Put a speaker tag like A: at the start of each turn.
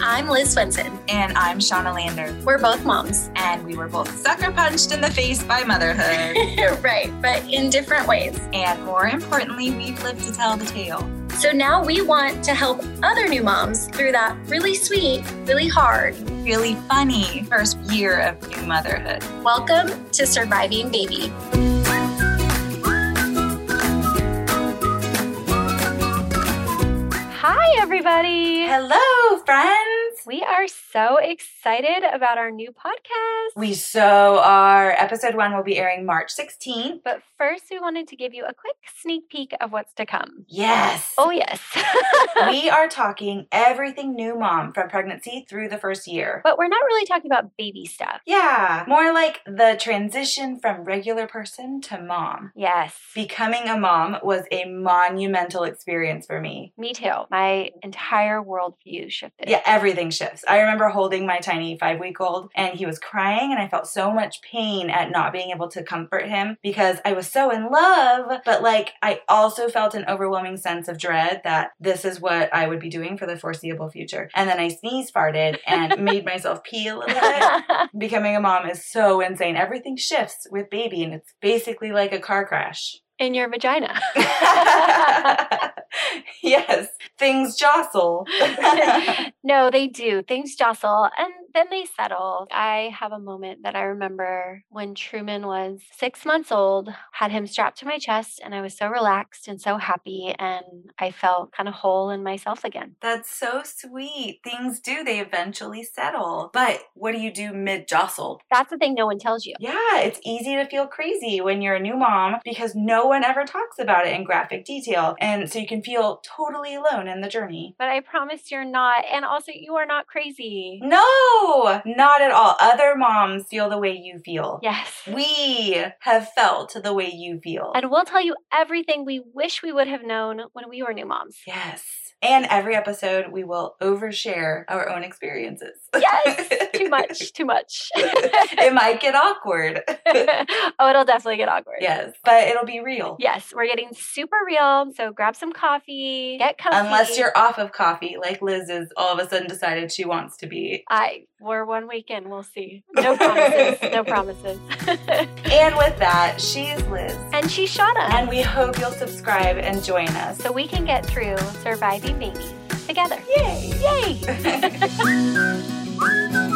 A: I'm Liz Swenson.
B: And I'm Shauna Lander.
A: We're both moms.
B: And we were both sucker punched in the face by motherhood.
A: right, but in different ways.
B: and more importantly, we've lived to tell the tale.
A: So now we want to help other new moms through that really sweet, really hard.
B: Really funny first year of new motherhood.
A: Welcome to Surviving Baby.
C: Hi, everybody.
D: Hello, friends.
C: We are so excited about our new podcast.
D: We so are. Episode one will be airing March 16th.
C: but first, we wanted to give you a quick sneak peek of what's to come.
D: Yes.
C: Oh, yes.
D: we are talking everything new mom from pregnancy through the first year.
C: but we're not really talking about baby stuff.
D: Yeah, more like the transition from regular person to mom.
C: Yes.
D: Becoming a mom was a monumental experience for me.
C: Me too. My entire worldview shifted.
D: Yeah, everything shifts. I remember holding my tiny five week old and he was crying, and I felt so much pain at not being able to comfort him because I was so in love. But like, I also felt an overwhelming sense of dread that this is what I would be doing for the foreseeable future. And then I sneeze farted and made myself pee a little bit. Becoming a mom is so insane. Everything shifts with baby, and it's basically like a car crash.
C: In your vagina.
D: yes, things jostle.
C: no, they do. Things jostle and then they settle. I have a moment that I remember when Truman was six months old, had him strapped to my chest, and I was so relaxed and so happy. And I felt kind of whole in myself again.
D: That's so sweet. Things do, they eventually settle. But what do you do mid jostle?
C: That's the thing no one tells you.
D: Yeah, it's easy to feel crazy when you're a new mom because no one ever talks about it in graphic detail. And so you can feel totally alone in the journey.
C: But I promise you're not. And also, you are not crazy.
D: No, not at all. Other moms feel the way you feel.
C: Yes.
D: We have felt the way you feel.
C: And we'll tell you everything we wish we would have known when we were new moms.
D: Yes. And every episode, we will overshare our own experiences.
C: Yes. too much. Too much.
D: it might get awkward.
C: oh, it'll definitely get awkward.
D: yes, but it'll be real.
C: Yes, we're getting super real. So grab some coffee, get comfy.
D: Unless you're off of coffee, like Liz is all of a sudden decided she wants to be.
C: I we're one weekend. We'll see. No promises. no promises.
D: And with that, she's Liz.
C: and she shot us,
D: And we hope you'll subscribe and join us.
C: so we can get through surviving baby together.
D: Yay!
C: Yay!